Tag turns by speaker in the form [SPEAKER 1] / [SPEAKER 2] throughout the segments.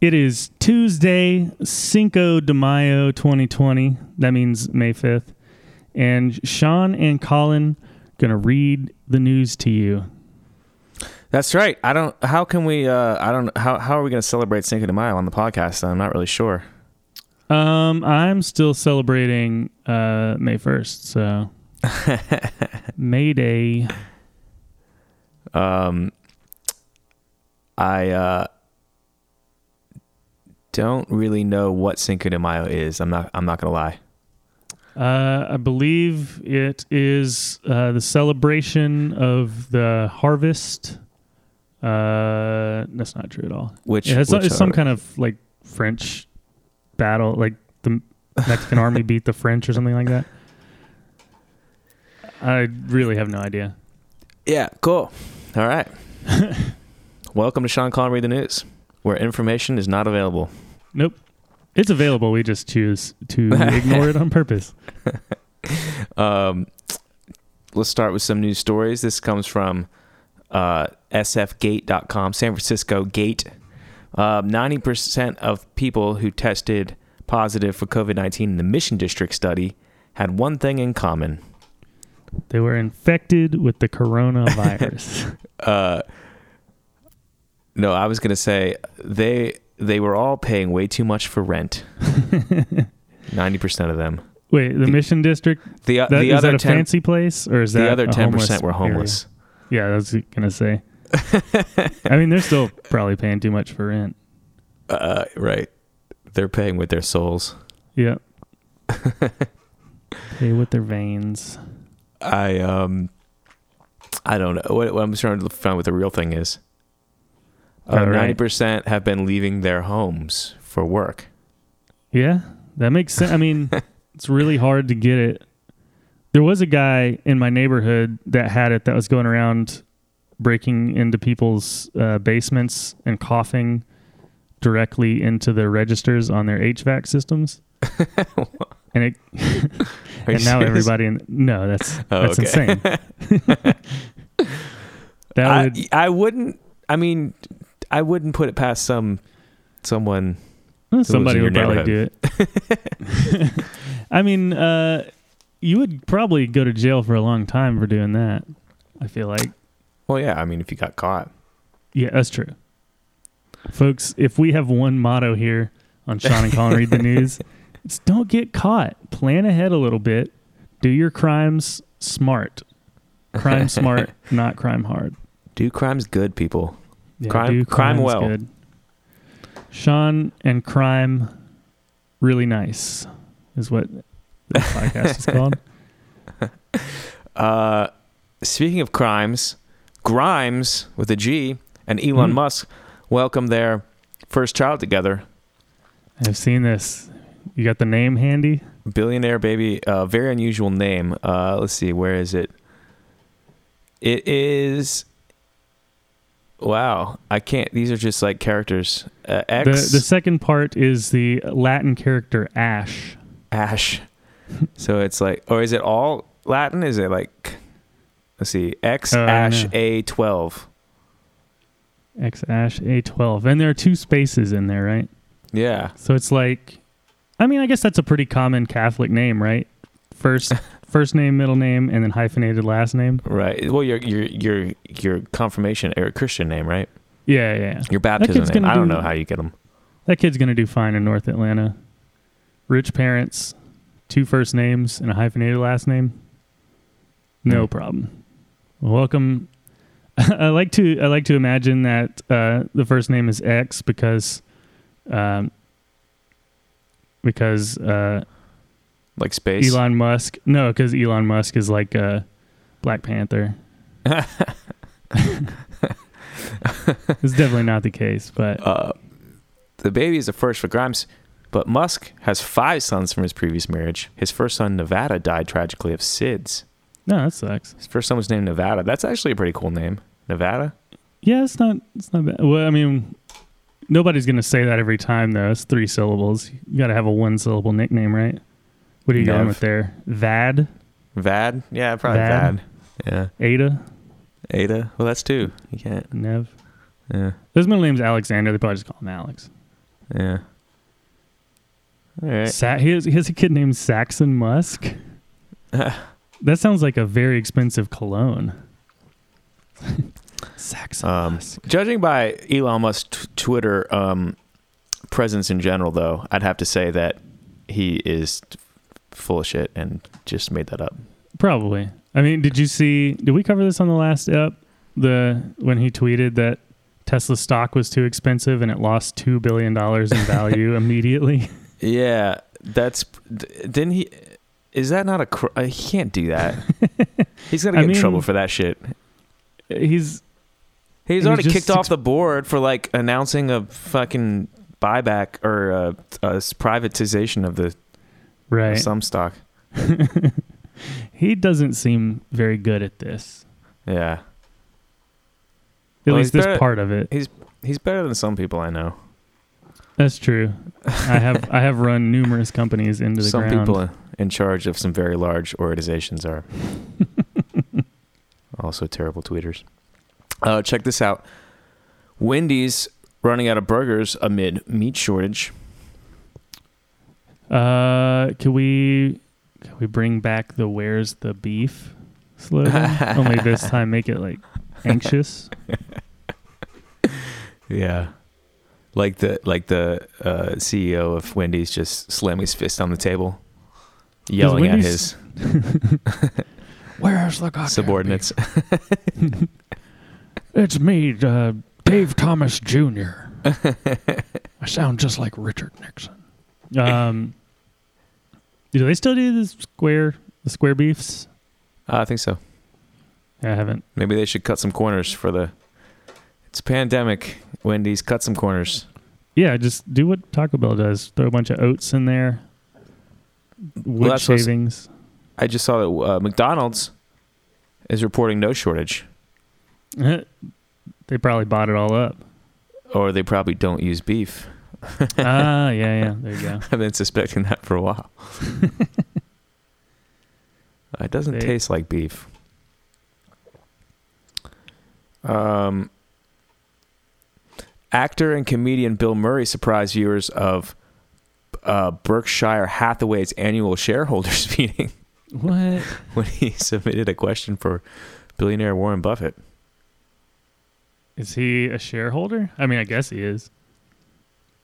[SPEAKER 1] It is Tuesday, Cinco de Mayo 2020. That means May 5th. And Sean and Colin going to read the news to you.
[SPEAKER 2] That's right. I don't. How can we? Uh, I don't. How how are we going to celebrate Cinco de Mayo on the podcast? I'm not really sure.
[SPEAKER 1] Um, I'm still celebrating uh, May 1st, so May Day.
[SPEAKER 2] I uh, don't really know what Cinco de Mayo is. I'm not. I'm not going to lie.
[SPEAKER 1] Uh, I believe it is uh, the celebration of the harvest. Uh, that's not true at all.
[SPEAKER 2] Which,
[SPEAKER 1] It has-
[SPEAKER 2] which
[SPEAKER 1] it's some
[SPEAKER 2] are-
[SPEAKER 1] kind of like French battle, like the Mexican army beat the French or something like that. I really have no idea.
[SPEAKER 2] Yeah. Cool. All right. Welcome to Sean Connery the News, where information is not available.
[SPEAKER 1] Nope. It's available. We just choose to ignore it on purpose.
[SPEAKER 2] Um, let's start with some news stories. This comes from uh, sfgate.com, San Francisco Gate. Um, 90% of people who tested positive for COVID 19 in the Mission District study had one thing in common.
[SPEAKER 1] They were infected with the coronavirus.
[SPEAKER 2] No, I was going to say they they were all paying way too much for rent. 90% of them.
[SPEAKER 1] Wait, the Mission District?
[SPEAKER 2] The, uh,
[SPEAKER 1] That,
[SPEAKER 2] the
[SPEAKER 1] is
[SPEAKER 2] other
[SPEAKER 1] that a
[SPEAKER 2] 10
[SPEAKER 1] fancy place, or is that
[SPEAKER 2] the other
[SPEAKER 1] a
[SPEAKER 2] 10% were
[SPEAKER 1] area?
[SPEAKER 2] homeless.
[SPEAKER 1] Yeah, I was gonna say. I mean, they're still probably paying too much for rent.
[SPEAKER 2] Uh, right. They're paying with their souls.
[SPEAKER 1] Yeah. Pay with their veins.
[SPEAKER 2] I um I don't know what, what I'm trying to find what the real thing is.
[SPEAKER 1] All
[SPEAKER 2] Ninety
[SPEAKER 1] right.
[SPEAKER 2] percent have been leaving their homes for work.
[SPEAKER 1] Yeah, that makes sense. I mean, it's really hard to get it. There was a guy in my neighborhood that had it that was going around breaking into people's uh, basements and coughing directly into the registers on their HVAC systems. and it
[SPEAKER 2] Are
[SPEAKER 1] and
[SPEAKER 2] you
[SPEAKER 1] now
[SPEAKER 2] serious?
[SPEAKER 1] everybody in no that's
[SPEAKER 2] Oh,
[SPEAKER 1] that's
[SPEAKER 2] okay.
[SPEAKER 1] insane that would
[SPEAKER 2] I, I wouldn't. I mean, I wouldn't put it past some someone.
[SPEAKER 1] somebody
[SPEAKER 2] in
[SPEAKER 1] would
[SPEAKER 2] your
[SPEAKER 1] probably do it i mean uh you would probably go to jail for a long time for doing that i feel like
[SPEAKER 2] Well, yeah. I mean, if you got caught,
[SPEAKER 1] yeah that's true folks if we have one motto here on sean and colin read the news it's don't get caught plan ahead a little bit do your crimes smart crime smart not crime hard
[SPEAKER 2] do crimes good, people.
[SPEAKER 1] Yeah,
[SPEAKER 2] Crime-
[SPEAKER 1] do
[SPEAKER 2] crime
[SPEAKER 1] crime's
[SPEAKER 2] well.
[SPEAKER 1] good. Sean and crime, really nice, is what this podcast is called.
[SPEAKER 2] Uh, speaking of crimes, Grimes with a G and Elon
[SPEAKER 1] Hmm.
[SPEAKER 2] Musk welcomed their first child together.
[SPEAKER 1] I've seen this. You got the name handy?
[SPEAKER 2] Billionaire baby, uh, very unusual name. Uh, let's see, where is it? It is. Wow, I can't. These are just like characters. Uh,
[SPEAKER 1] The, the
[SPEAKER 2] X
[SPEAKER 1] second part is the Latin character ash.
[SPEAKER 2] Ash. so it's like, or is it all Latin? Is it like, let's see, X
[SPEAKER 1] Uh,
[SPEAKER 2] Ash
[SPEAKER 1] no.
[SPEAKER 2] A twelve?
[SPEAKER 1] X ash A12. And there are two spaces in there, right?
[SPEAKER 2] Yeah,
[SPEAKER 1] So it's like, I mean, I guess that's a pretty common Catholic name, right? First, first name, middle name, and then hyphenated last name.
[SPEAKER 2] right. Well, your your your your confirmation or Christian name, right?
[SPEAKER 1] Yeah, yeah. yeah.
[SPEAKER 2] Your baptism
[SPEAKER 1] kid's
[SPEAKER 2] name.
[SPEAKER 1] gonna
[SPEAKER 2] I don't
[SPEAKER 1] do-
[SPEAKER 2] know how you get them.
[SPEAKER 1] That kid's gonna do fine in North Atlanta. Rich parents, two first names and a hyphenated last name. No
[SPEAKER 2] Mm.
[SPEAKER 1] problem. Welcome. I like to I like to imagine that uh, the first name is X because, um, because uh,
[SPEAKER 2] Like space.
[SPEAKER 1] Elon Musk. No, because Elon Musk is like uh, Black Panther. it's definitely not the case, but
[SPEAKER 2] Uh, the baby is a first for Grimes, but Musk has five sons from his previous marriage. His first son, Nevada, died tragically of SIDS.
[SPEAKER 1] no, that sucks.
[SPEAKER 2] His first son was named Nevada. That's actually a pretty cool name. Nevada?
[SPEAKER 1] Yeah, it's not it's not bad. Well, I mean, nobody's gonna say that every time though. It's three syllables. You gotta have a one syllable nickname, right? What are you going
[SPEAKER 2] Nev.
[SPEAKER 1] with there? Vad,
[SPEAKER 2] Vad? Yeah, probably
[SPEAKER 1] Vad.
[SPEAKER 2] Vad. Yeah.
[SPEAKER 1] Ada,
[SPEAKER 2] Ada? Well, that's two. You can't.
[SPEAKER 1] Nev.
[SPEAKER 2] Yeah.
[SPEAKER 1] His middle name's Alexander. They probably just call him Alex.
[SPEAKER 2] Yeah. All right.
[SPEAKER 1] Sa- he, has, he has a kid named Saxon Musk. that sounds like a very expensive cologne. Saxon
[SPEAKER 2] Um,
[SPEAKER 1] Musk.
[SPEAKER 2] Judging by Elon Musk's t- Twitter um, presence in general, though, I'd have to say that he is f- full of shit and just made that up.
[SPEAKER 1] Probably. I mean, did you see? Did we cover this on the last up? The when he tweeted that Tesla stock was too expensive and it lost two billion dollars in value immediately.
[SPEAKER 2] Yeah, that's. th- Didn't he? Is that not a? Cr- uh, he can't do that. He's gonna
[SPEAKER 1] I
[SPEAKER 2] get in
[SPEAKER 1] mean-
[SPEAKER 2] trouble for that shit.
[SPEAKER 1] He's
[SPEAKER 2] He's
[SPEAKER 1] He's
[SPEAKER 2] already
[SPEAKER 1] just
[SPEAKER 2] kicked off
[SPEAKER 1] exp-
[SPEAKER 2] the board for like announcing a fucking buyback or uh a privatization of the of
[SPEAKER 1] right.
[SPEAKER 2] some stock.
[SPEAKER 1] he doesn't seem very good at this.
[SPEAKER 2] Yeah,
[SPEAKER 1] At
[SPEAKER 2] Well, he's
[SPEAKER 1] least this
[SPEAKER 2] better-
[SPEAKER 1] part of it.
[SPEAKER 2] he's better than some people I know.
[SPEAKER 1] That's true. I have I have run numerous companies into the
[SPEAKER 2] some
[SPEAKER 1] ground.
[SPEAKER 2] people in charge of some very large organizations are also terrible tweeters. Uh, check this out: Wendy's running out of burgers amid meat shortage.
[SPEAKER 1] Uh, can we can we bring back the "Where's the beef" slogan? Only this time, make it like anxious.
[SPEAKER 2] Yeah. Like the like the uh, CEO of Wendy's just slamming his fist on the table, yelling at
[SPEAKER 1] Wendy's
[SPEAKER 2] his
[SPEAKER 1] Where's the goddamn
[SPEAKER 2] subordinates.
[SPEAKER 1] beef? It's me, uh, Dave Thomas Jr. I sound just like Richard Nixon. Um, do they still do the square the square beefs?
[SPEAKER 2] I think so.
[SPEAKER 1] I haven't.
[SPEAKER 2] Maybe they should cut some corners for the. It's a pandemic. Wendy's cut some corners.
[SPEAKER 1] Yeah, just do what Taco Bell does. Throw a bunch of oats in there. Wood
[SPEAKER 2] that's what's-
[SPEAKER 1] shavings.
[SPEAKER 2] I just saw that uh, McDonald's is reporting no shortage,
[SPEAKER 1] they probably bought it all up.
[SPEAKER 2] or they probably don't use beef.
[SPEAKER 1] ah, yeah, yeah. There you go.
[SPEAKER 2] I've been suspecting that for a while. it doesn't
[SPEAKER 1] They-
[SPEAKER 2] taste like beef. Um, actor and comedian Bill Murray surprised viewers of uh, Berkshire Hathaway's annual shareholders meeting
[SPEAKER 1] What?
[SPEAKER 2] when he submitted a question for billionaire Warren Buffett.
[SPEAKER 1] Is he a shareholder? I mean, I guess he is.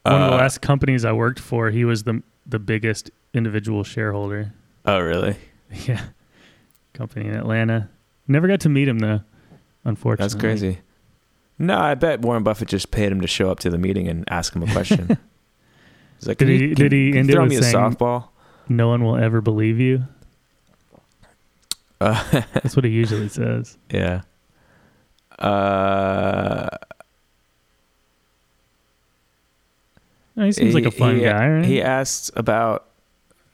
[SPEAKER 1] One of the
[SPEAKER 2] Uh,
[SPEAKER 1] last companies I worked for, he was the the biggest individual shareholder.
[SPEAKER 2] Oh, really?
[SPEAKER 1] Yeah. Company in Atlanta. Never got to meet him though, unfortunately.
[SPEAKER 2] That's crazy. No, I bet Warren Buffett just paid him to show up to the meeting and ask him a question. He's like,
[SPEAKER 1] Did
[SPEAKER 2] "Can
[SPEAKER 1] he-
[SPEAKER 2] you-
[SPEAKER 1] did
[SPEAKER 2] can-
[SPEAKER 1] he
[SPEAKER 2] can you
[SPEAKER 1] end it
[SPEAKER 2] throw
[SPEAKER 1] with
[SPEAKER 2] me
[SPEAKER 1] saying-
[SPEAKER 2] a softball?
[SPEAKER 1] No one will ever believe you.
[SPEAKER 2] Uh,
[SPEAKER 1] That's what he usually says.
[SPEAKER 2] yeah. Uh,
[SPEAKER 1] No, Oh, he seems like a fun
[SPEAKER 2] he,
[SPEAKER 1] guy, right?
[SPEAKER 2] He asked about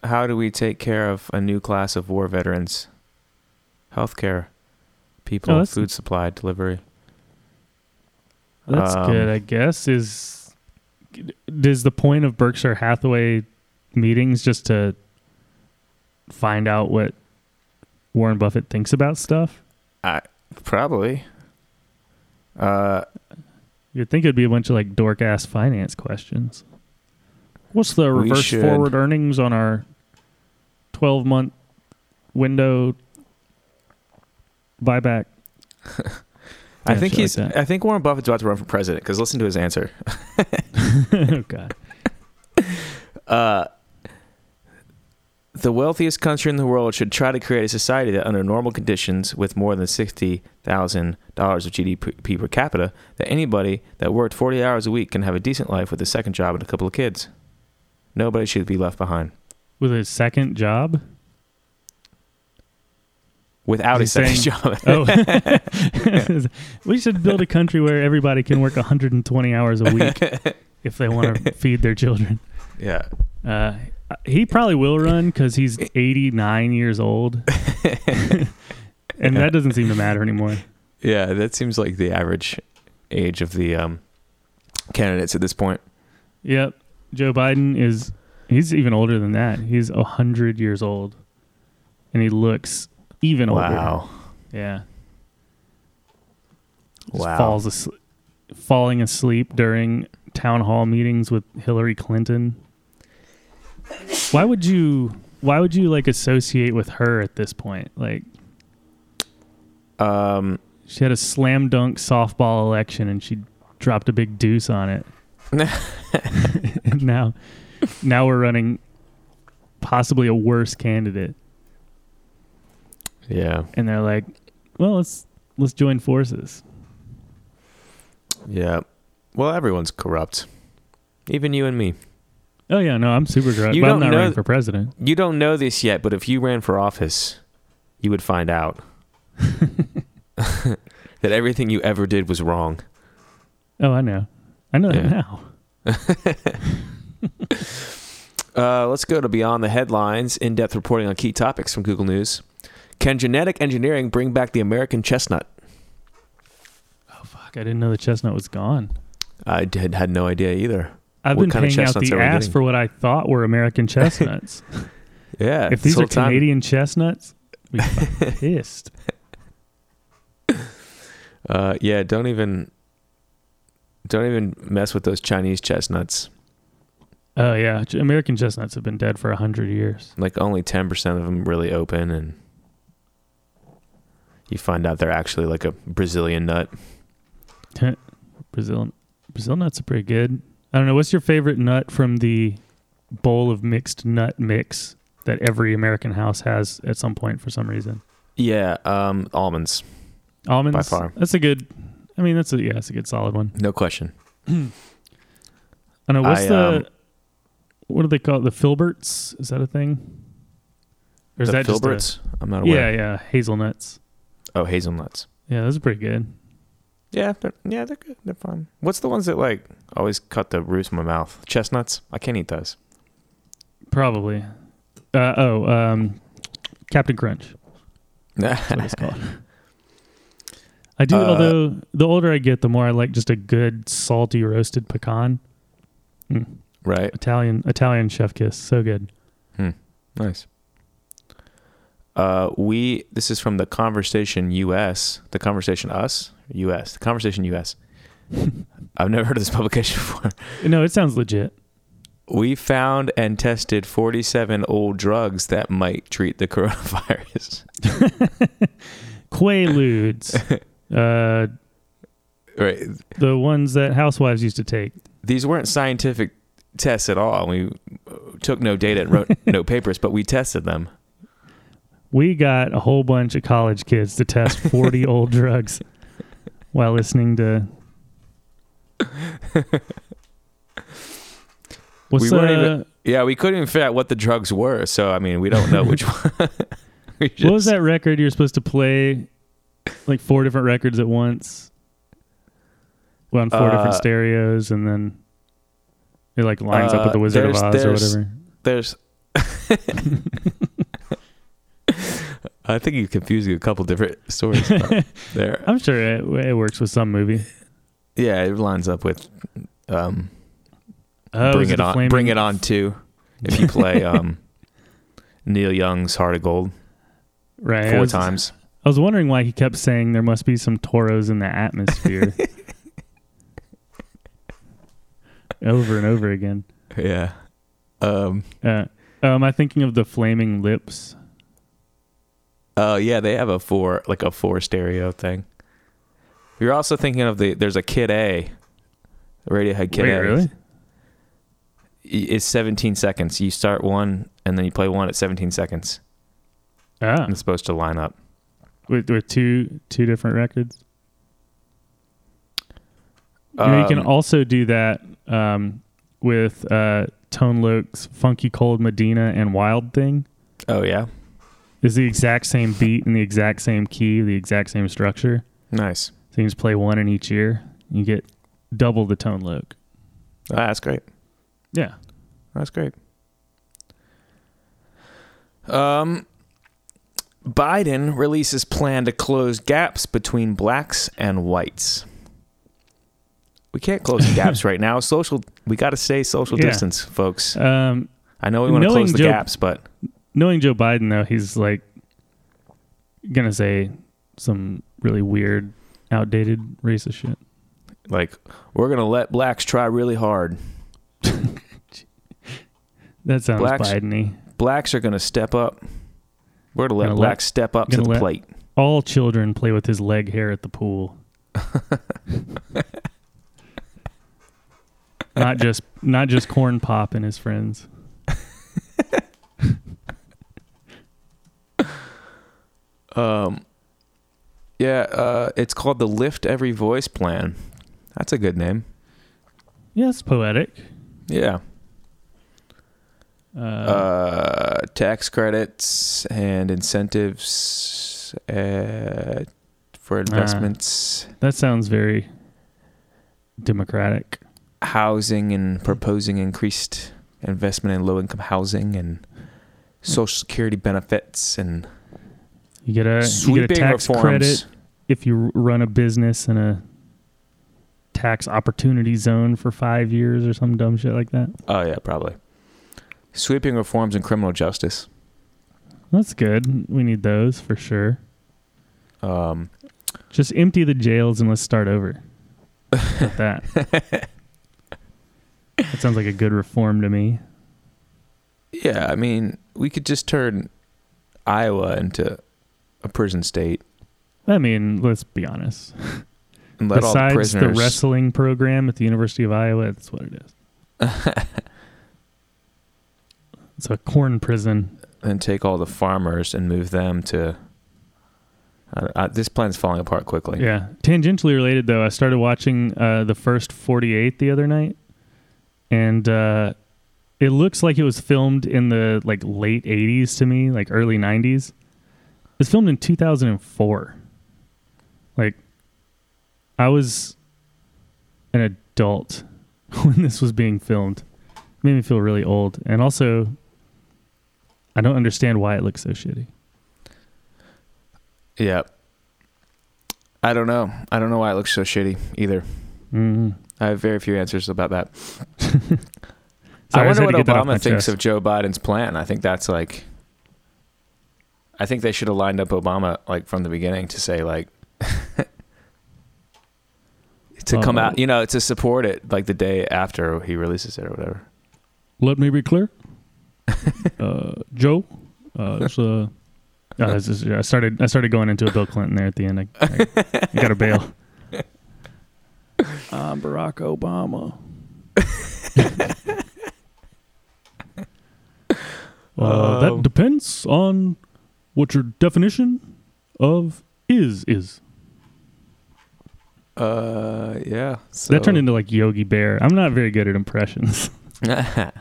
[SPEAKER 2] how do we take care of a new class of war veterans, healthcare people,
[SPEAKER 1] Oh, that's-
[SPEAKER 2] food supply delivery.
[SPEAKER 1] That's
[SPEAKER 2] um,
[SPEAKER 1] good, I guess. Is does the point of Berkshire Hathaway meetings just to find out what Warren Buffett thinks about stuff?
[SPEAKER 2] Probably. Uh,
[SPEAKER 1] You'd think it'd be a bunch of like dork ass finance questions. What's the
[SPEAKER 2] We
[SPEAKER 1] reverse
[SPEAKER 2] should-
[SPEAKER 1] forward earnings on our twelve month window buyback?
[SPEAKER 2] I
[SPEAKER 1] Yeah, shit like
[SPEAKER 2] think he's.
[SPEAKER 1] that.
[SPEAKER 2] I think Warren Buffett's about to run for president. Because listen to his answer.
[SPEAKER 1] oh god.
[SPEAKER 2] Uh, the wealthiest country in the world should try to create a society that, under normal conditions, with more than sixty thousand dollars of GDP per capita, that anybody that worked forty hours a week can have a decent life with a second job and a couple of kids. Nobody should be left behind
[SPEAKER 1] With a second job?
[SPEAKER 2] without a
[SPEAKER 1] Is he
[SPEAKER 2] second
[SPEAKER 1] saying- Oh,
[SPEAKER 2] job.
[SPEAKER 1] we should build a country where everybody can work 120 hours a week if they want to feed their children.
[SPEAKER 2] yeah,
[SPEAKER 1] Uh, he probably will run because he's 89 years old, and that doesn't seem to matter anymore.
[SPEAKER 2] yeah, that seems like the average age of the um, candidates at this point.
[SPEAKER 1] Yep, Joe Biden is he's even older than that. He's 100 years old, and he looks even older.
[SPEAKER 2] Wow,
[SPEAKER 1] Yeah. Just
[SPEAKER 2] Wow.
[SPEAKER 1] Falls asleep, falling asleep during town hall meetings with Hillary Clinton. Why would you? Why would you like associate with her at this point? Like,
[SPEAKER 2] Um,
[SPEAKER 1] she had a slam dunk softball election and she dropped a big deuce on it. and now, now we're running possibly a worse candidate,
[SPEAKER 2] yeah,
[SPEAKER 1] and they're like, "Well, let's let's join forces."
[SPEAKER 2] yeah. Well, everyone's corrupt, even you and me.
[SPEAKER 1] Oh yeah, no, I'm super corrupt,
[SPEAKER 2] You
[SPEAKER 1] but I'm not
[SPEAKER 2] don't know-
[SPEAKER 1] running for president.
[SPEAKER 2] You don't know this yet, but if you ran for office, you would find out that everything you ever did was wrong.
[SPEAKER 1] Oh, I know, I know
[SPEAKER 2] Yeah.
[SPEAKER 1] that now.
[SPEAKER 2] Uh, let's go to Beyond the Headlines in depth reporting on key topics from Google News. Can genetic engineering bring back the American chestnut?
[SPEAKER 1] Oh fuck, I didn't know the chestnut was gone.
[SPEAKER 2] I did, had no idea either.
[SPEAKER 1] I've
[SPEAKER 2] What kind
[SPEAKER 1] been
[SPEAKER 2] of
[SPEAKER 1] paying out
[SPEAKER 2] chestnuts
[SPEAKER 1] the
[SPEAKER 2] are we
[SPEAKER 1] ass
[SPEAKER 2] getting?
[SPEAKER 1] for what I thought were American chestnuts.
[SPEAKER 2] Yeah.
[SPEAKER 1] if
[SPEAKER 2] this
[SPEAKER 1] these
[SPEAKER 2] whole
[SPEAKER 1] are
[SPEAKER 2] time-
[SPEAKER 1] Canadian chestnuts, we pissed.
[SPEAKER 2] Uh, yeah, don't even don't even mess with those Chinese chestnuts.
[SPEAKER 1] Oh yeah, Ch- American chestnuts have been dead for a hundred years.
[SPEAKER 2] Like only 10% of them really open and you find out they're actually like a Brazilian nut.
[SPEAKER 1] Brazil, Brazil nuts are pretty good. I don't know. What's your favorite nut from the bowl of mixed nut mix that every American house has at some point for some reason?
[SPEAKER 2] Yeah, um, almonds.
[SPEAKER 1] Almonds.
[SPEAKER 2] By far.
[SPEAKER 1] That's a good. I mean, that's a yeah, that's a good solid one.
[SPEAKER 2] No question.
[SPEAKER 1] I don't know. What's
[SPEAKER 2] I,
[SPEAKER 1] the
[SPEAKER 2] um,
[SPEAKER 1] what do they call it? The filberts? Is that a thing? Or is
[SPEAKER 2] the
[SPEAKER 1] that just a-
[SPEAKER 2] filberts? I'm not aware.
[SPEAKER 1] yeah, yeah, hazelnuts.
[SPEAKER 2] Oh, hazelnuts.
[SPEAKER 1] Yeah, those are pretty good.
[SPEAKER 2] Yeah, they're, yeah, they're good. They're fine. What's the ones that like always cut the roots from my mouth? Chestnuts. I can't eat those.
[SPEAKER 1] Probably. Uh, oh, um, Captain Crunch. That's what
[SPEAKER 2] yeah,
[SPEAKER 1] it's called. I do,
[SPEAKER 2] Uh,
[SPEAKER 1] although the older I get, the more I like just a good salty roasted pecan. Mm,
[SPEAKER 2] right.
[SPEAKER 1] Italian Italian chef kiss, so good.
[SPEAKER 2] Nice. Uh, we. This is from the Conversation U.S. The Conversation Us U.S. The Conversation U.S. I've never heard of this publication before.
[SPEAKER 1] No, it sounds legit.
[SPEAKER 2] We found and tested 47 old drugs that might treat the coronavirus.
[SPEAKER 1] Quaaludes, uh,
[SPEAKER 2] right.
[SPEAKER 1] the ones that housewives used to take.
[SPEAKER 2] these weren't scientific tests at all. We uh, took no data and wrote no papers, but we tested them.
[SPEAKER 1] We got a whole bunch of college kids to test 40 old drugs while listening to. What's
[SPEAKER 2] We
[SPEAKER 1] uh,
[SPEAKER 2] weren't even- Yeah, we couldn't even figure out what the drugs were, so I mean, we don't know which one. we
[SPEAKER 1] What was
[SPEAKER 2] just-
[SPEAKER 1] that record you're supposed to play? Like four different records at once, well, on four
[SPEAKER 2] Uh,
[SPEAKER 1] different stereos, and then it like lines up
[SPEAKER 2] Uh,
[SPEAKER 1] with the Wizard of Oz
[SPEAKER 2] there's-
[SPEAKER 1] or
[SPEAKER 2] there's-
[SPEAKER 1] whatever.
[SPEAKER 2] There's. I think you're confusing a couple different stories about there.
[SPEAKER 1] I'm sure it, it works with some movie.
[SPEAKER 2] Yeah, it lines up with um,
[SPEAKER 1] Oh,
[SPEAKER 2] "Bring
[SPEAKER 1] is
[SPEAKER 2] It
[SPEAKER 1] a
[SPEAKER 2] On."
[SPEAKER 1] Flaming-
[SPEAKER 2] Bring It On too. If you play um, Neil Young's Heart of Gold
[SPEAKER 1] right I
[SPEAKER 2] four
[SPEAKER 1] was-
[SPEAKER 2] times,
[SPEAKER 1] I was wondering why he kept saying there must be some toros in the atmosphere. over and over again.
[SPEAKER 2] yeah. Um,
[SPEAKER 1] Uh, oh, am I thinking of the flaming lips?
[SPEAKER 2] Oh yeah, they have a four like a four stereo thing. You're also thinking of the there's a Kid A, Radiohead Kid
[SPEAKER 1] Wait,
[SPEAKER 2] A.
[SPEAKER 1] really?
[SPEAKER 2] I- It's 17 seconds. You start one and then you play one at 17 seconds.
[SPEAKER 1] Ah,
[SPEAKER 2] And it's supposed to line up.
[SPEAKER 1] with, with two two different records. You, know, you can
[SPEAKER 2] Um,
[SPEAKER 1] also do that um, with uh, Tone Loc's "Funky Cold Medina" and "Wild Thing."
[SPEAKER 2] oh yeah,
[SPEAKER 1] Is the exact same beat and the exact same key, the exact same structure.
[SPEAKER 2] nice.
[SPEAKER 1] So you can just play one in each ear. You get double the Tone Loc.
[SPEAKER 2] Ah, that's great.
[SPEAKER 1] Yeah.
[SPEAKER 2] That's great. Um, Biden releases plan to close gaps between blacks and whites. We can't close gaps right now. Social, we got to stay social
[SPEAKER 1] Yeah.
[SPEAKER 2] distance, folks.
[SPEAKER 1] Um,
[SPEAKER 2] I know we want to
[SPEAKER 1] knowing
[SPEAKER 2] close the
[SPEAKER 1] Joe-
[SPEAKER 2] gaps, but
[SPEAKER 1] knowing Joe Biden, though, he's like gonna say some really weird, outdated racist shit.
[SPEAKER 2] Like we're gonna let blacks try really hard.
[SPEAKER 1] That sounds
[SPEAKER 2] Blacks-
[SPEAKER 1] Biden-y.
[SPEAKER 2] Blacks are gonna step up. We're gonna let
[SPEAKER 1] Gonna let-
[SPEAKER 2] blacks step up to
[SPEAKER 1] gonna
[SPEAKER 2] the
[SPEAKER 1] let-
[SPEAKER 2] plate.
[SPEAKER 1] All children play with his leg hair at the pool. not just not just corn pop and his friends.
[SPEAKER 2] Um, yeah, uh, it's called the Lift Every Voice Plan. That's a good name.
[SPEAKER 1] Yes, poetic.
[SPEAKER 2] Yeah.
[SPEAKER 1] Uh,
[SPEAKER 2] Uh, tax credits and incentives uh, for investments,
[SPEAKER 1] that sounds very democratic.
[SPEAKER 2] housing, and proposing increased investment in low income housing and
[SPEAKER 1] Hmm.
[SPEAKER 2] social security benefits and
[SPEAKER 1] You get a you
[SPEAKER 2] sweeping
[SPEAKER 1] get a tax
[SPEAKER 2] reforms.
[SPEAKER 1] credit if you run a business in a tax opportunity zone for five years or some dumb shit like that.
[SPEAKER 2] Oh, yeah, probably. Sweeping reforms in criminal justice.
[SPEAKER 1] That's good. We need those for sure.
[SPEAKER 2] Um,
[SPEAKER 1] Just empty the jails and let's start over. How about that. that sounds like a good reform to me.
[SPEAKER 2] Yeah, I mean, we could just turn Iowa into a prison state
[SPEAKER 1] I mean, let's be honest.
[SPEAKER 2] and let all the
[SPEAKER 1] Besides the,
[SPEAKER 2] prisoners.
[SPEAKER 1] wrestling program at the University of Iowa, that's what it is. It's a corn prison.
[SPEAKER 2] and take all the farmers and move them to. I I- this plan's falling apart quickly.
[SPEAKER 1] Yeah. Tangentially related, though, I started watching uh, the first 48 the other night, and uh, it looks like it was filmed in the like late 80s to me, like early 90s. It's filmed in 2004. Like, I was an adult when this was being filmed. It made me feel really old, and also, I don't understand why it looks so shitty.
[SPEAKER 2] Yeah. I don't know. I don't know why it looks so shitty either.
[SPEAKER 1] Mm.
[SPEAKER 2] I have very few answers about that.
[SPEAKER 1] Sorry,
[SPEAKER 2] I
[SPEAKER 1] just
[SPEAKER 2] wonder
[SPEAKER 1] had
[SPEAKER 2] what
[SPEAKER 1] to get that off my
[SPEAKER 2] Obama thinks
[SPEAKER 1] chest.
[SPEAKER 2] of Joe Biden's plan. I think that's like. I think they should have lined up Obama like from the beginning to say like. to come
[SPEAKER 1] Uh,
[SPEAKER 2] out, you know, to support it like the day after he releases it or whatever.
[SPEAKER 1] Let me be clear. uh, Joe, uh, it's, uh, no, this is- I started. I started going into a Bill Clinton there at the end. I, I, I got to bail. I'm Barack Obama. uh, that
[SPEAKER 2] Um.
[SPEAKER 1] depends on what your definition of is is.
[SPEAKER 2] Uh, yeah. So.
[SPEAKER 1] That turned into like Yogi Bear. I'm not very good at impressions.
[SPEAKER 2] Don't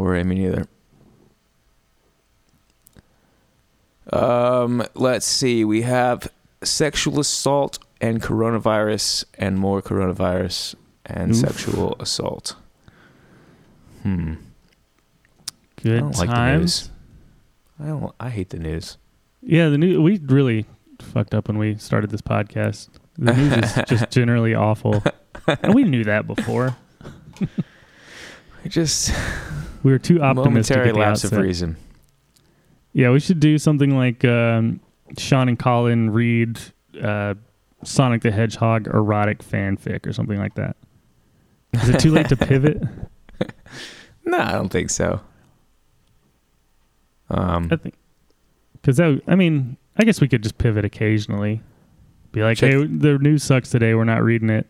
[SPEAKER 2] worry, me neither. Um, let's see. We have sexual assault and coronavirus, and more coronavirus and
[SPEAKER 1] Oof.
[SPEAKER 2] sexual assault. Hmm. I
[SPEAKER 1] Good
[SPEAKER 2] don't like the
[SPEAKER 1] times.
[SPEAKER 2] news. I don't. I hate the news.
[SPEAKER 1] Yeah, the new we really fucked up when we started this podcast. The news is just generally awful, and we knew that before.
[SPEAKER 2] It Just
[SPEAKER 1] We were too optimistic.
[SPEAKER 2] momentary
[SPEAKER 1] at the
[SPEAKER 2] lapse of
[SPEAKER 1] outset.
[SPEAKER 2] reason.
[SPEAKER 1] Yeah, we should do something like um, Sean and Colin read uh, Sonic the Hedgehog erotic fanfic or something like that. Is it too late to pivot?
[SPEAKER 2] No, I don't think so. Um,
[SPEAKER 1] I think because that I mean I guess we could just pivot occasionally. Be like,
[SPEAKER 2] Check-
[SPEAKER 1] hey, the news sucks today. We're not reading it.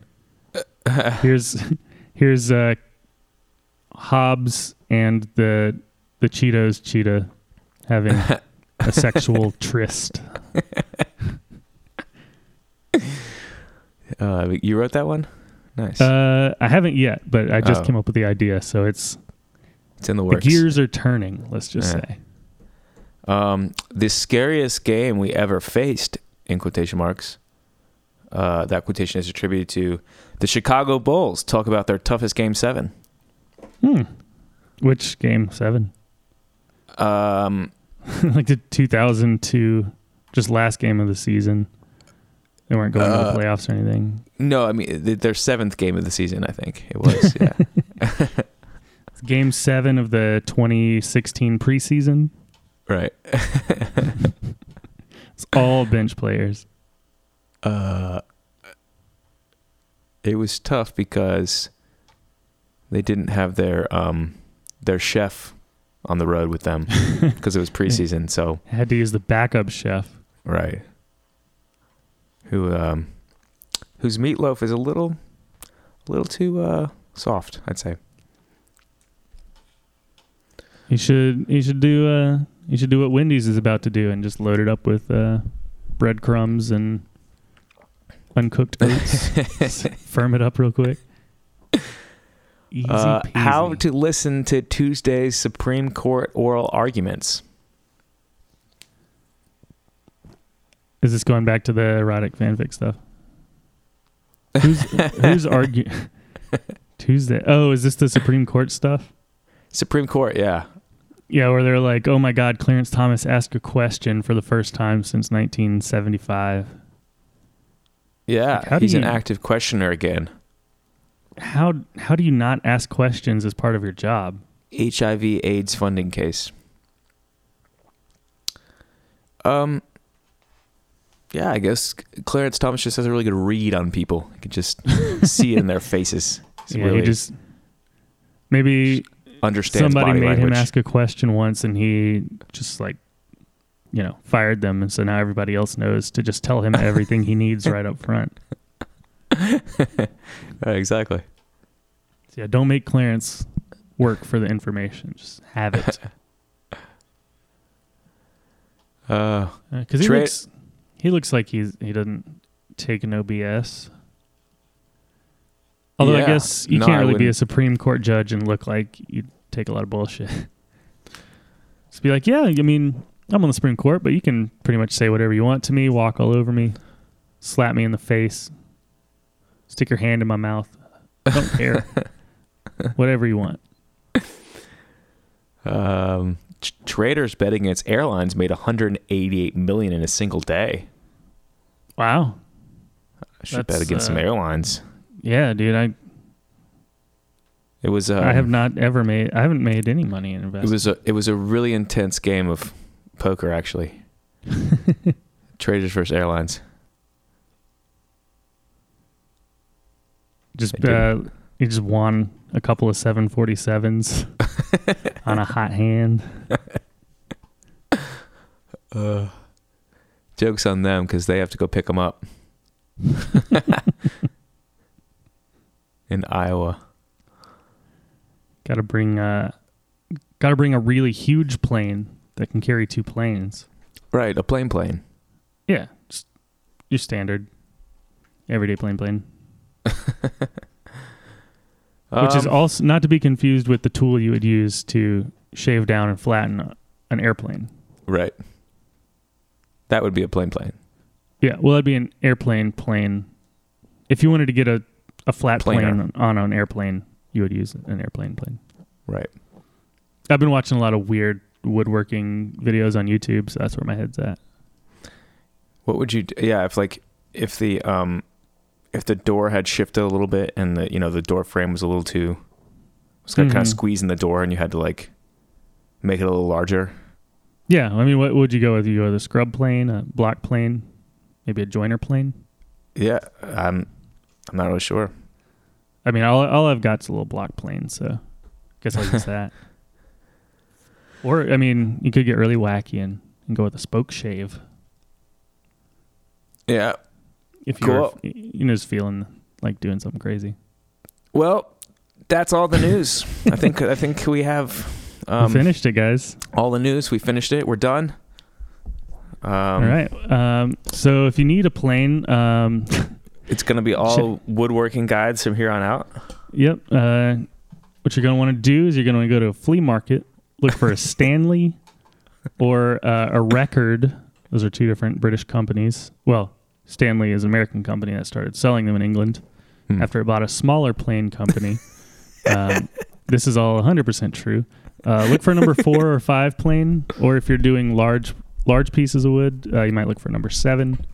[SPEAKER 1] here's here's uh, Hobbs and the the Cheetos cheetah having a sexual tryst.
[SPEAKER 2] uh, you wrote that one. Nice.
[SPEAKER 1] Uh, I haven't yet, but I just
[SPEAKER 2] Oh.
[SPEAKER 1] came up with the idea, so it's
[SPEAKER 2] it's in the works.
[SPEAKER 1] the gears are turning. Let's just
[SPEAKER 2] Yeah.
[SPEAKER 1] say.
[SPEAKER 2] Um, the scariest game we ever faced, in quotation marks. Uh, that quotation is attributed to the Chicago Bulls. Talk about their toughest game seven.
[SPEAKER 1] Hmm. Which game seven?
[SPEAKER 2] Um,
[SPEAKER 1] like the 2002, just last game of the season. They weren't going to
[SPEAKER 2] Uh,
[SPEAKER 1] the playoffs or anything.
[SPEAKER 2] no, I mean th- their seventh game of the season. I think it was. Yeah,
[SPEAKER 1] It's game seven of the 2016 preseason.
[SPEAKER 2] right.
[SPEAKER 1] It's all bench players.
[SPEAKER 2] Uh, it was tough because they didn't have their um, their chef on the road with them because it was preseason. So
[SPEAKER 1] Had to use the backup chef.
[SPEAKER 2] right, who um, whose meatloaf is a little, a little too uh, soft, I'd say.
[SPEAKER 1] You should you should do uh you should do what Wendy's is about to do and just load it up with uh breadcrumbs and uncooked oats. Firm it up real quick. Easy
[SPEAKER 2] Uh,
[SPEAKER 1] peasy.
[SPEAKER 2] how to listen to Tuesday's Supreme Court oral arguments?
[SPEAKER 1] is this going back to the erotic fanfic stuff? Who's who's arguing Tuesday? Oh, is this the Supreme Court stuff?
[SPEAKER 2] Supreme Court, yeah.
[SPEAKER 1] Yeah, where they're like, "Oh my God, Clarence Thomas asked a question for the first time since 1975."
[SPEAKER 2] Yeah,
[SPEAKER 1] Like, how do
[SPEAKER 2] he's an
[SPEAKER 1] you-
[SPEAKER 2] active questioner again.
[SPEAKER 1] How how do you not ask questions as part of your job?
[SPEAKER 2] HIV AIDS funding case. Um yeah, I guess Clarence Thomas just has a really good read on people. You can just see it in their faces. He's
[SPEAKER 1] yeah,
[SPEAKER 2] really
[SPEAKER 1] he just maybe
[SPEAKER 2] understands
[SPEAKER 1] somebody
[SPEAKER 2] body
[SPEAKER 1] made
[SPEAKER 2] language.
[SPEAKER 1] him ask a question once, and he just like you know fired them, and so now everybody else knows to just tell him everything he needs right up front.
[SPEAKER 2] Uh, exactly.
[SPEAKER 1] So yeah, don't make Clarence work for the information; just have it
[SPEAKER 2] Uh
[SPEAKER 1] because he
[SPEAKER 2] Tra-
[SPEAKER 1] looks he looks like he's he doesn't take no BS. Although
[SPEAKER 2] Yeah.
[SPEAKER 1] I guess you
[SPEAKER 2] No, I
[SPEAKER 1] can't really be a
[SPEAKER 2] wouldn't.
[SPEAKER 1] Supreme Court judge and look like you take a lot of bullshit. just be like, yeah, I mean, I'm on the Supreme Court, but you can pretty much say whatever you want to me, walk all over me, slap me in the face, stick your hand in my mouth. I don't care. whatever you want.
[SPEAKER 2] um t- traders betting against airlines made 188 million in a single day.
[SPEAKER 1] Wow.
[SPEAKER 2] I should bet
[SPEAKER 1] That's,
[SPEAKER 2] against
[SPEAKER 1] uh,
[SPEAKER 2] some airlines.
[SPEAKER 1] Yeah, dude. I
[SPEAKER 2] It was uh,
[SPEAKER 1] I have not ever made I haven't made any money in
[SPEAKER 2] It
[SPEAKER 1] investment.
[SPEAKER 2] was a it was a really intense game of poker actually. Traders versus airlines. I
[SPEAKER 1] Just uh,
[SPEAKER 2] didn't.
[SPEAKER 1] he just won a couple of 747s on a hot hand.
[SPEAKER 2] Uh, jokes on them because they have to go pick them up in Iowa.
[SPEAKER 1] Got to bring uh, got to bring a really huge plane that can carry two planes.
[SPEAKER 2] Right, a plane plane.
[SPEAKER 1] Yeah, just your standard everyday plane plane, which is
[SPEAKER 2] Um,
[SPEAKER 1] also not to be confused with the tool you would use to shave down and flatten a- an airplane.
[SPEAKER 2] right. That would be a plane plane.
[SPEAKER 1] Yeah, well, that'd be an airplane plane. If you wanted to get a a flat
[SPEAKER 2] Planer.
[SPEAKER 1] plane on an airplane, you would use an airplane plane.
[SPEAKER 2] Right.
[SPEAKER 1] I've been watching a lot of weird woodworking videos on YouTube, so that's where my head's at.
[SPEAKER 2] What would you? Do? Yeah, if like if the um if the door had shifted a little bit and the you know the door frame was a little too was kind of
[SPEAKER 1] Mhm.
[SPEAKER 2] squeezing the door and you had to like make it a little larger.
[SPEAKER 1] Yeah, I mean, what would you go with? You go with a scrub plane, a block plane, maybe a joiner plane.
[SPEAKER 2] Yeah, I'm I'm not really sure.
[SPEAKER 1] I mean, all all I've got's a little block plane, so I guess I'll use that. Or I mean, you could get really wacky and, and go with a spoke shave
[SPEAKER 2] Yeah.
[SPEAKER 1] if you're
[SPEAKER 2] Cool.
[SPEAKER 1] you know just feeling like doing something crazy.
[SPEAKER 2] Well, that's all the news. I think I think we have um,
[SPEAKER 1] we finished it, guys.
[SPEAKER 2] all the news. We finished it. We're done. Um, all
[SPEAKER 1] all right. Um, so if you need a plane, um,
[SPEAKER 2] It's gonna be all woodworking guides from here on out.
[SPEAKER 1] Yep. Uh, what you're going to want to do is you're going to go to a flea market, look for a Stanley or uh, a Record. Those are two different British companies. Well, Stanley is an American company that started selling them in England
[SPEAKER 2] Hmm.
[SPEAKER 1] after it bought a smaller plane company. um, this is all 100% true. Uh, look for a number four or five plane, or if you're doing large large pieces of wood, uh, you might look for number seven.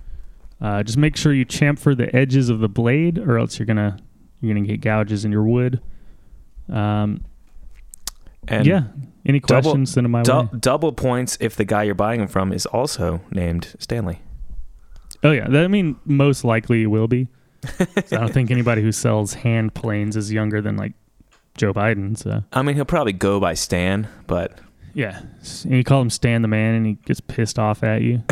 [SPEAKER 1] Uh, just make sure you chamfer the edges of the blade, or else you're gonna you're gonna get gouges in your wood. Um,
[SPEAKER 2] And
[SPEAKER 1] yeah. Any
[SPEAKER 2] double-
[SPEAKER 1] questions? send them my
[SPEAKER 2] dou-
[SPEAKER 1] way.
[SPEAKER 2] double points if the guy you're buying them from is also named Stanley.
[SPEAKER 1] Oh yeah, that, I mean most likely will be. So I don't think anybody who sells hand planes is younger than like Joe Biden. So
[SPEAKER 2] I mean, he'll probably go by Stan, but
[SPEAKER 1] yeah, S- and you call him Stan the Man, and he gets pissed off at you.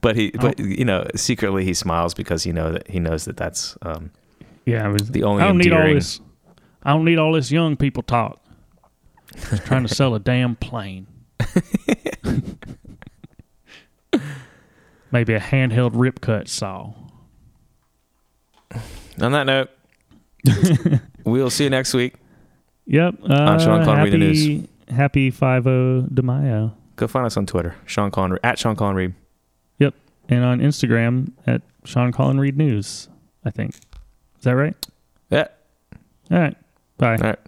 [SPEAKER 2] but he
[SPEAKER 1] I
[SPEAKER 2] but you know secretly he smiles because you know that he knows that that's um,
[SPEAKER 1] Yeah, I was
[SPEAKER 2] the only
[SPEAKER 1] I don't need all
[SPEAKER 2] endearing-
[SPEAKER 1] this. I don't need all this young people talk. Just trying to sell a damn plane. Maybe a handheld rip cut saw.
[SPEAKER 2] On that note, we'll see you next week.
[SPEAKER 1] Yep. Uh,
[SPEAKER 2] I'm Sean Connery, the
[SPEAKER 1] happy,
[SPEAKER 2] news.
[SPEAKER 1] Happy 50 de Mayo.
[SPEAKER 2] Go find us on Twitter, Sean Connery at Sean Connery.
[SPEAKER 1] And on Instagram at Sean Colin Reed News, I think. Is that right?
[SPEAKER 2] Yeah.
[SPEAKER 1] All right. Bye.
[SPEAKER 2] All right.